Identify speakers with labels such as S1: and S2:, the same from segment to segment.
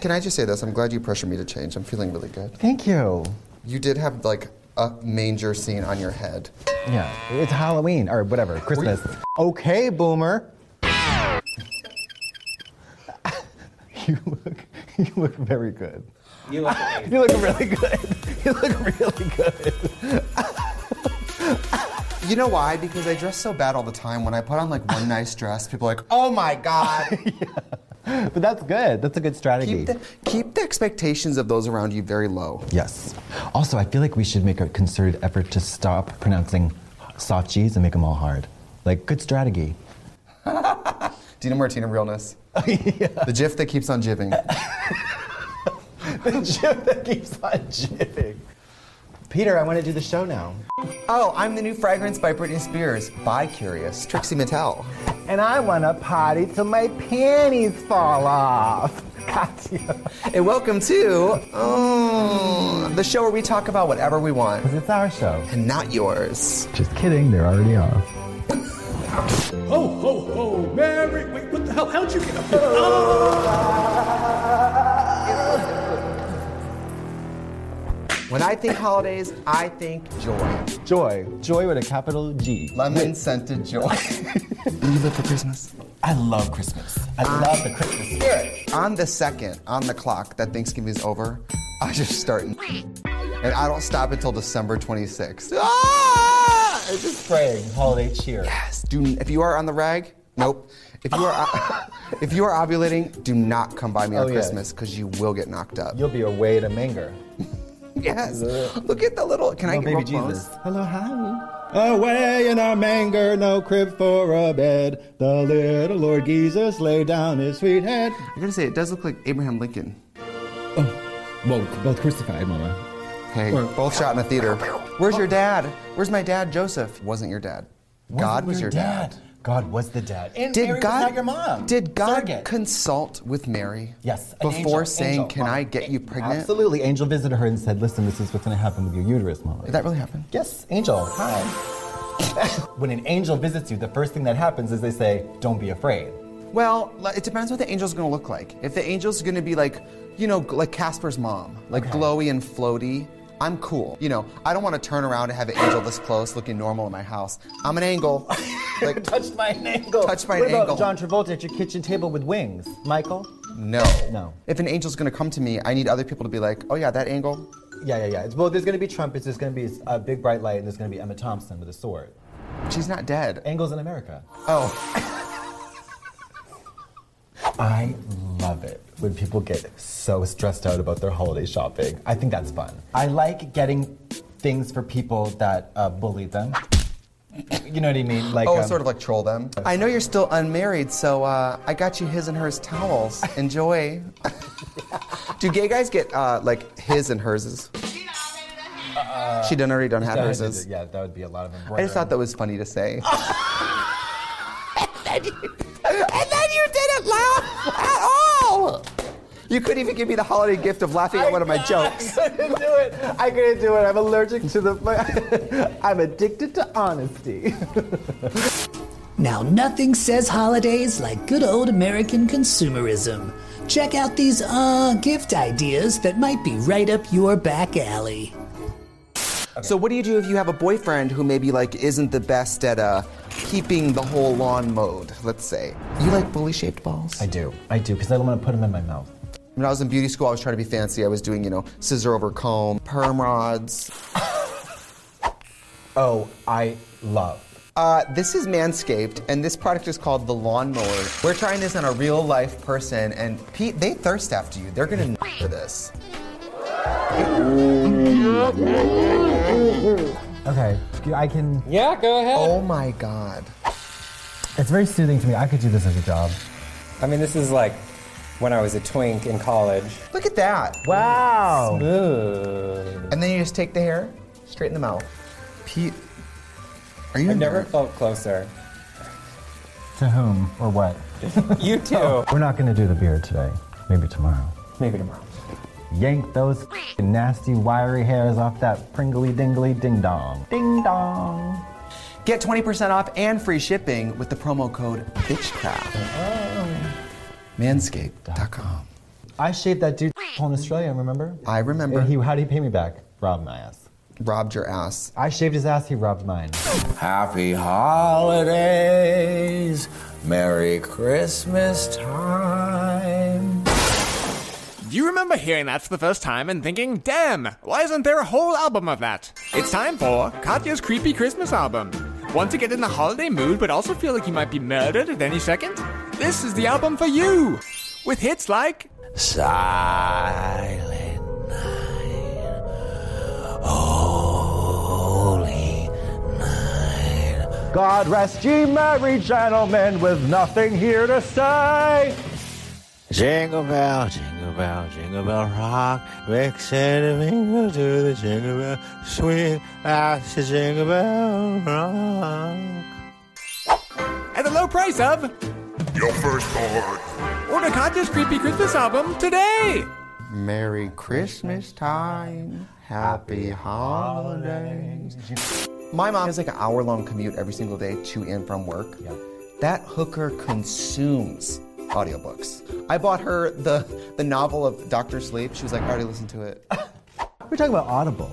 S1: Can I just say this? I'm glad you pressured me to change. I'm feeling really good.
S2: Thank you.
S1: You did have like a manger scene on your head.
S2: Yeah, it's Halloween or whatever, Christmas. Okay, boomer. you look, you look very good.
S3: You look amazing.
S2: You look really good. You look really good.
S1: You know why? Because I dress so bad all the time. When I put on like one nice dress, people are like, oh my God.
S2: But that's good. That's a good strategy.
S1: keep, the, keep the expectations of those around you very low.
S2: yes. Also, I feel like we should make a concerted effort to stop pronouncing soft G's and make them all hard. Like, good strategy.
S1: Do you know Martina Realness? The gif that keeps on jiving.
S2: the gym that keeps on jibbing. Peter, I want to do the show now.
S1: Oh, I'm the new fragrance by Britney Spears. By Curious, Trixie Mattel.
S2: And I want to potty till my panties fall off. Katya.
S1: And welcome to oh, the show where we talk about whatever we want,
S2: It's our show.
S1: and not yours.
S2: Just kidding, they're already off.
S4: Ho, ho, ho, Mary. Wait, what the hell? How'd you get up here? Ah!
S1: When I think holidays, I think joy.
S2: Joy. Joy with a capital G.
S1: Lemon scented joy. you live for Christmas.
S2: I love Christmas. I love the Christmas spirit.
S1: On the second, on the clock that Thanksgiving is over, I just start. And I don't stop until December 26th. Ah! I just
S2: Praying, holiday cheer.
S1: Yes, do if you are on the rag, nope. If you are if you are ovulating, do not come by me on
S2: Oh, yeah.
S1: Christmas because you will get knocked up.
S2: You'll be away to Manger.
S1: Yes. Look at the little. Can I
S2: Oh,
S1: get
S2: baby
S1: real
S2: Jesus.
S1: close?
S2: Hello, hi. Away in our manger, no crib for a bed. The little Lord Jesus laid down his sweet head.
S1: I gotta say, it does look like Abraham Lincoln.
S2: Well, both crucified, Mama.
S1: Hey,
S2: Or-
S1: both shot in a theater. Where's your dad? Where's my dad, Joseph? Wasn't your dad. God was your dad.
S2: God was the dad. And
S1: Did
S2: Mary was
S1: God
S2: not your mom.
S1: Did God
S2: Surrogate.
S1: consult with Mary?
S2: Yes. an
S1: Before
S2: angel,
S1: saying,
S2: angel,
S1: "Can
S2: mama."
S1: I get you pregnant?"
S2: Absolutely. Angel visited her and said, "Listen, this is what's going to happen with your uterus, mama."
S1: Did that really happen?
S2: yes, angel. Hi. when an angel visits you, the first thing that happens is they say, "Don't be afraid."
S1: Well, li- it depends what the angel's gonna look like. If the angel's gonna be like, you know, g- like Casper's mom, like glowy and floaty, I'm cool. You know, I don't wanna turn around and have an angel this close looking normal in my house. I'm an angle. Like,
S2: Touched by an angle.
S1: Touched by
S2: what
S1: an
S2: about
S1: angle.
S2: John Travolta at your kitchen table with wings, Michael.
S1: no.
S2: No.
S1: If an angel's gonna come to me, I need other people to be like, oh yeah, that angle.
S2: Yeah, yeah, yeah. It's- well, there's going to be trumpets. There's going to be a big bright light, and there's going to be Emma Thompson with a sword.
S1: She's not dead.
S2: Angles in America.
S1: Oh,
S2: I love it when people get so stressed out about their holiday shopping. I think that's fun. I like getting things for people that uh, bully them. You know what I mean? Like
S1: oh,
S2: um,
S1: sort of like troll them. I know you're still unmarried, so uh, I got you his and hers towels. Enjoy. Do gay guys get uh, like his and herses? Uh-uh. She done already done had
S2: that would
S1: herses.
S2: be- Yeah, that would be a lot of embroidery.
S1: I just thought that was funny to say. and then you didn't laugh at all. You couldn't even give me the holiday gift of laughing at one of my jokes.
S2: I couldn't do it. I couldn't do it. I'm allergic to the. I'm addicted to honesty.
S5: Now, nothing says holidays like good old American consumerism. Check out these uh gift ideas that might be right up your back alley.
S1: So what do you do if you have a boyfriend who maybe like isn't the best at uh, keeping the whole lawn mowed? Let's say you like bully shaped balls.
S2: I do. I do because I don't want to put them in my mouth.
S1: When I was in beauty school, I was trying to be fancy. I was doing you know scissor over comb, perm rods.
S2: Oh, I love.
S1: Uh, this is Manscaped, and this product is called the Lawnmower. We're trying this on a real life person, and Pete, they thirst after you. They're gonna for this.
S2: Okay, I can.
S3: Yeah, go ahead.
S1: Oh my god.
S2: It's very soothing to me. I could do this as a job.
S3: I mean, this is like when I was a twink in college.
S1: Look at that.
S2: Wow.
S3: Ooh.
S1: And then you just take the hair straight in the mouth. Pete, are you
S3: I've never felt closer.
S2: To whom or what?
S3: You too.
S2: We're not gonna do the beard today. Maybe tomorrow.
S3: Maybe tomorrow.
S2: Yank those f***ing nasty wiry hairs off that pringly dingly ding dong. Ding dong.
S1: Get 20% off and free shipping with the promo code BITCHCRAFT. Manscaped.com.
S2: I shaved that dude in Australia, remember?
S1: I remember.
S2: And he, how do you pay me back? Rob my ass.
S1: Robbed your ass.
S2: I shaved his ass, he robbed mine.
S6: Happy holidays. Merry Christmas time.
S7: You remember hearing that for the first time and thinking, damn, why isn't there a whole album of that? It's time for Katya's Creepy Christmas Album. Want to get in the holiday mood but also feel like you might be murdered at any second? This is the album for you! With hits like
S6: Silent night. Holy night.
S2: God rest ye merry gentlemen with nothing here to say.
S6: Jingle bell, jingle bell, jingle bell rock. Mix it and mingle to the jingle bell. Sweet as the jingle bell rock.
S7: At the low price of
S8: Your firstborn.
S7: Order Katya's Creepy Christmas Album today!
S1: Merry Christmas time. Happy holidays. My mom has like an hour long commute every single day to and from work. That hooker consumes audiobooks. I bought her the, the novel of Dr. Sleep. She was like, I already listened to it.
S2: We're talking about Audible.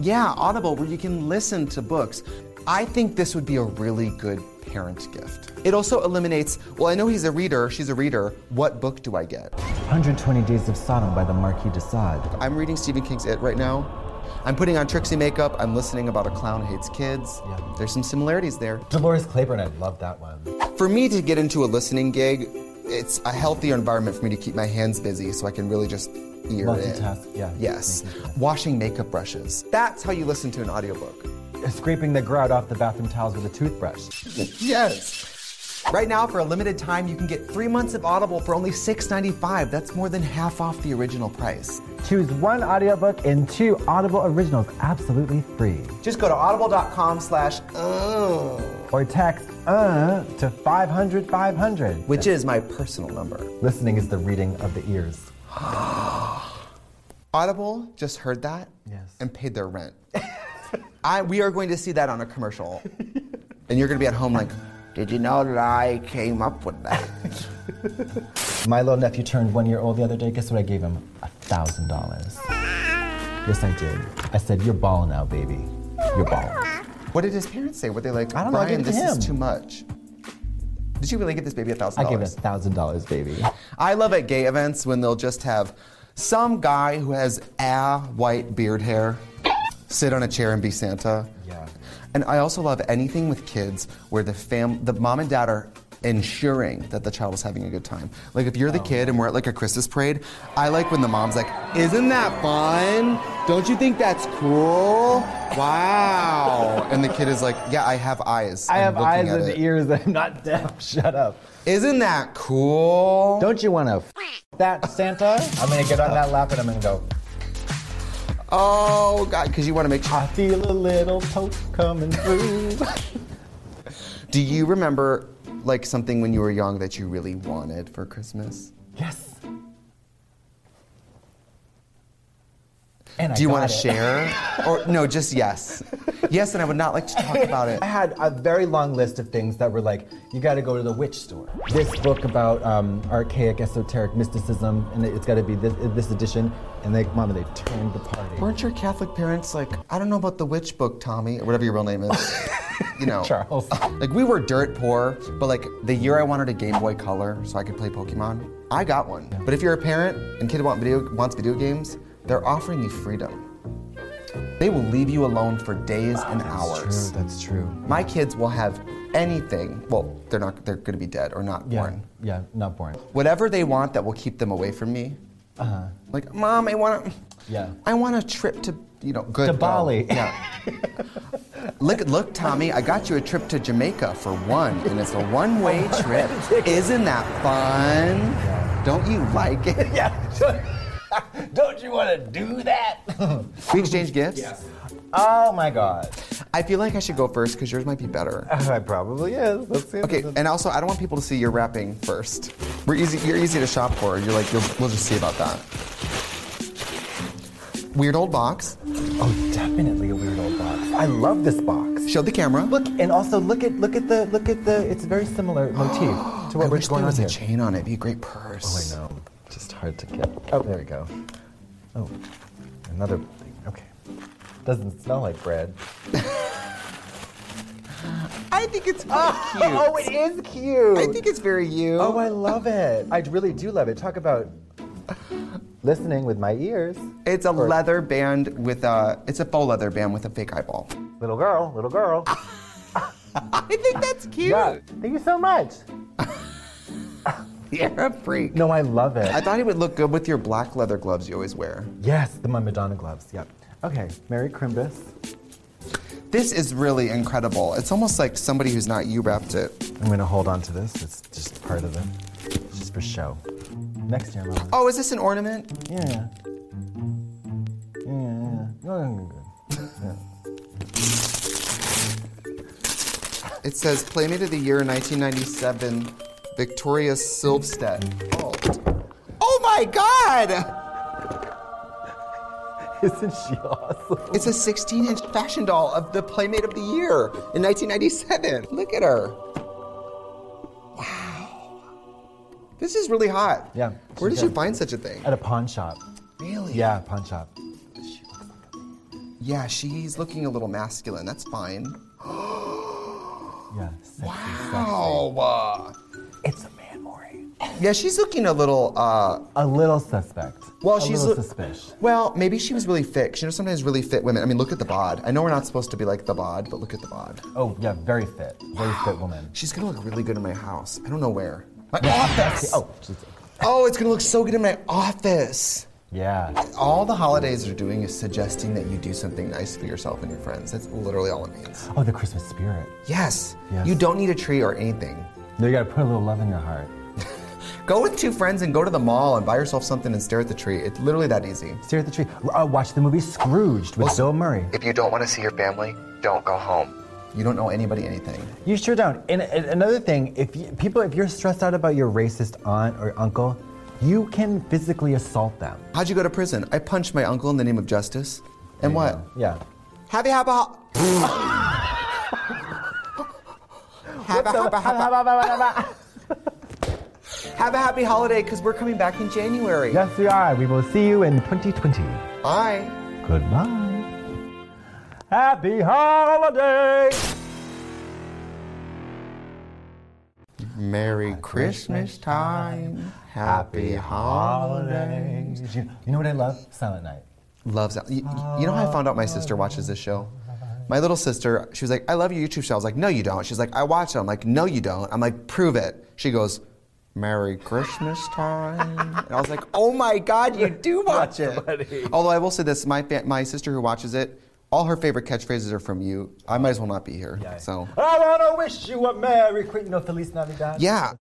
S1: yeah, Audible, where you can listen to books. I think this would be a really good parent gift. It also eliminates, well, I know he's a reader, she's a reader. What book do I get?
S2: 120 Days of Sodom by the Marquis de Sade.
S1: I'm reading Stephen King's It right now. I'm putting on Trixie makeup. I'm listening about a clown who hates kids.
S2: Yeah.
S1: There's some similarities there.
S2: Dolores Claiborne, I love that one.
S1: For me to get into a listening gig, it's a healthier environment for me to keep my hands busy so I can really just ear
S2: Multitask,
S1: it.
S2: yeah.
S1: Yes.
S2: Make it-
S1: Washing makeup brushes. That's how you listen to an audiobook.
S2: Scraping the grout off the bathroom towels with a toothbrush.
S1: Yes. Right now, for a limited time, you can get three months of Audible for only $6.95. That's more than half off the original price.
S2: Choose one audiobook and two Audible originals absolutely free.
S1: Just go to audible.com slash oh.
S2: Or text uh to 500 500.
S1: which is my personal number.
S2: Listening is the reading of the ears.
S1: Audible just heard that
S2: Yes.
S1: and paid their rent. I, we are going to see that on a commercial. and you're going to be at home like, did you know that I came up with that?
S2: My little nephew turned one year old the other day. Guess what I gave him? A thousand dollars. Yes, I did. I said, "You're ball now, baby. You're ball."
S1: what did his parents say? Were they like,
S2: I don't know, I
S1: Brian,
S2: gave it
S1: this
S2: to
S1: is
S2: him."
S1: too much? Did you really give this baby a thousand
S2: I gave him a
S1: dollars?
S2: thousand dollars, baby.
S1: I love at gay events when they'll just have some guy who has a white beard hair sit on a chair and be Santa.
S2: Yeah.
S1: And I also love anything with kids where the fam, the mom and dad are ensuring that the child is having a good time. Like if you're
S2: Oh,
S1: the kid and we're at like a Christmas parade, I like when the mom's like, "Isn't that fun? Don't you think that's cool? Wow!" and the kid is like, "Yeah, I have eyes.
S2: I
S1: I'm
S2: have
S1: looking
S2: eyes
S1: at
S2: and
S1: it.
S2: ears. I'm not deaf. Shut up.
S1: Isn't that cool?"
S2: Don't you want to f- that Santa? I'm gonna get on that lap and I'm gonna go.
S1: Oh God, because you want to make.
S2: I feel a little poke coming through.
S1: Do you remember like something when you were young that you really wanted for Christmas?
S2: yes. And I
S1: Do you
S2: got
S1: want
S2: it.
S1: to share? or no, just yes. Yes, and I would not like to talk about it.
S2: I had a very long list of things that were like, you got to go to the witch store. This book about um, archaic esoteric mysticism, and it's got to be this, this edition. And like, mama, they turned the party.
S1: Weren't your Catholic parents like, I don't know about the witch book, Tommy, or whatever your real name is? you know.
S2: Charles.
S1: Like, we were dirt poor, but like, the year I wanted a Game Boy Color so I could play Pokemon, I got one. But if you're a parent and kid want video, wants video games, they're offering you freedom. They will leave you alone for days and hours.
S2: Ah, That's true.
S1: My kids will have anything. Well, they're not, they're gonna be dead or not
S2: Yeah,
S1: born.
S2: yeah, not boring.
S1: Whatever they want that will keep them away from me. Uh-huh. Like, mom, I want to.
S2: Yeah.
S1: I want a trip to, you know, good.
S2: To
S1: girl.
S2: Bali.
S1: Yeah. look, look, Tommy, I got you a trip to Jamaica for one, and it's a one way
S2: Oh,
S1: trip. Isn't that fun? Don't you like it?
S2: Don't you want to do that?
S1: We exchange gifts?
S2: oh my god.
S1: I feel like I should go first because yours might be better.
S2: I probably is. Let's see.
S1: Okay, and also, I don't want people to see your wrapping first. We're easy, you're easy to shop for. You're like, you'll, we'll just see about that. Weird old box.
S2: Oh, definitely a weird old box. I love this box.
S1: Show the camera.
S2: Look, and also look at look at the look at the. It's a very similar motif to what
S1: I
S2: we're
S1: wish there
S2: going
S1: was
S2: on
S1: a
S2: here. Oh,
S1: chain on it. It'd be a great purse.
S2: I know. just hard to get. Oh, there we go. Oh, another thing. Okay. Doesn't smell like bread.
S1: I think it's very cute.
S2: Oh, it is cute.
S1: I think it's very you.
S2: Oh, I love it. I really do love it. Talk about listening with my ears.
S1: It's a leather band with a. It's a faux leather band with a fake eyeball.
S2: Little girl, little girl.
S1: I think that's cute.
S2: Yeah. Thank you so much.
S1: You're a freak.
S2: No, I love it.
S1: I thought it would look good with your black leather gloves you always wear.
S2: yes, the my Madonna gloves. Yep. Okay, Merry Crimbus.
S1: This is really incredible. It's almost like somebody who's not you wrapped it.
S2: I'm gonna hold on to this. It's just part of it. It's just for show. Next year, Mama.
S1: Oh, is this an ornament?
S2: Yeah. Yeah. yeah. No, no, no, good.
S1: It says Playmate of the Year 1997, Victoria Silvstedt. Oh. Oh my God!
S2: Isn't she awesome?
S1: It's a 16 inch fashion doll of the Playmate of the Year in 1997. Look at her. Wow. This is really hot.
S2: Yeah,
S1: Where did
S2: she
S1: you
S2: does.
S1: find such a thing?
S2: At a pawn shop.
S1: Really?
S2: Yeah, pawn shop.
S1: Yeah, she's looking a little masculine. That's fine.
S2: Yeah. Sexy,
S1: Oh, uh,
S2: sexy. It's a man, Maury.
S1: yeah, she's looking a little. Uh,
S2: A little suspect.
S1: well,
S2: a
S1: she's
S2: little
S1: loo-
S2: suspicious.
S1: Well, maybe she was really fit. You know, sometimes really fit women. I mean, look at the bod. I know we're not supposed to be like the bod, but look at the bod.
S2: Oh yeah, very fit, very fit woman.
S1: She's gonna look really good in my house. I don't know where. My office.
S2: Oh, she's,
S1: Oh, it's gonna look so good in my office.
S2: yeah.
S1: All the holidays are doing is suggesting that you do something nice for yourself and your friends. That's literally all it means.
S2: Oh, the Christmas spirit.
S1: Yes.
S2: Yes.
S1: You don't need a tree or anything.
S2: No, you gotta put a little love in your heart.
S1: Go with two friends and go to the mall and buy yourself something and stare at the tree. It's literally that easy.
S2: Stare at the tree. Uh, watch the movie Scrooged with Bill Murray.
S1: If you don't want to see your family, don't go home. You don't know anybody anything.
S2: You sure don't. And, and another thing, if you, people, if you're stressed out about your racist aunt or uncle, you can physically assault them.
S1: How'd you go to prison? I punched my uncle in the name of justice. And what?
S2: Yeah.
S1: Happy happy ho- Have a happy, happy, have a happy holiday because we're coming back in January.
S2: yes, we are. We will see you in 2020.
S1: Bye.
S2: Goodbye. Happy holidays.
S1: Merry Christmas time. Happy holidays.
S2: holidays. You you know what I love? Silent Night.
S1: Loves that. You, you know how I found out my sister watches this show? My little sister, she was like, I love your YouTube show. I was like, no, you don't. She's like, I watch it. I'm like, no, you don't. I'm like, prove it. She goes, Merry Christmas time. And I was like, oh my God, you do watch it. Although I will say this, my, fa- my sister who watches it, all her favorite catchphrases are from you. I might as well not be here. So,
S2: I wanna wish you a Merry Christmas. You know Feliz Navidad.
S1: yeah.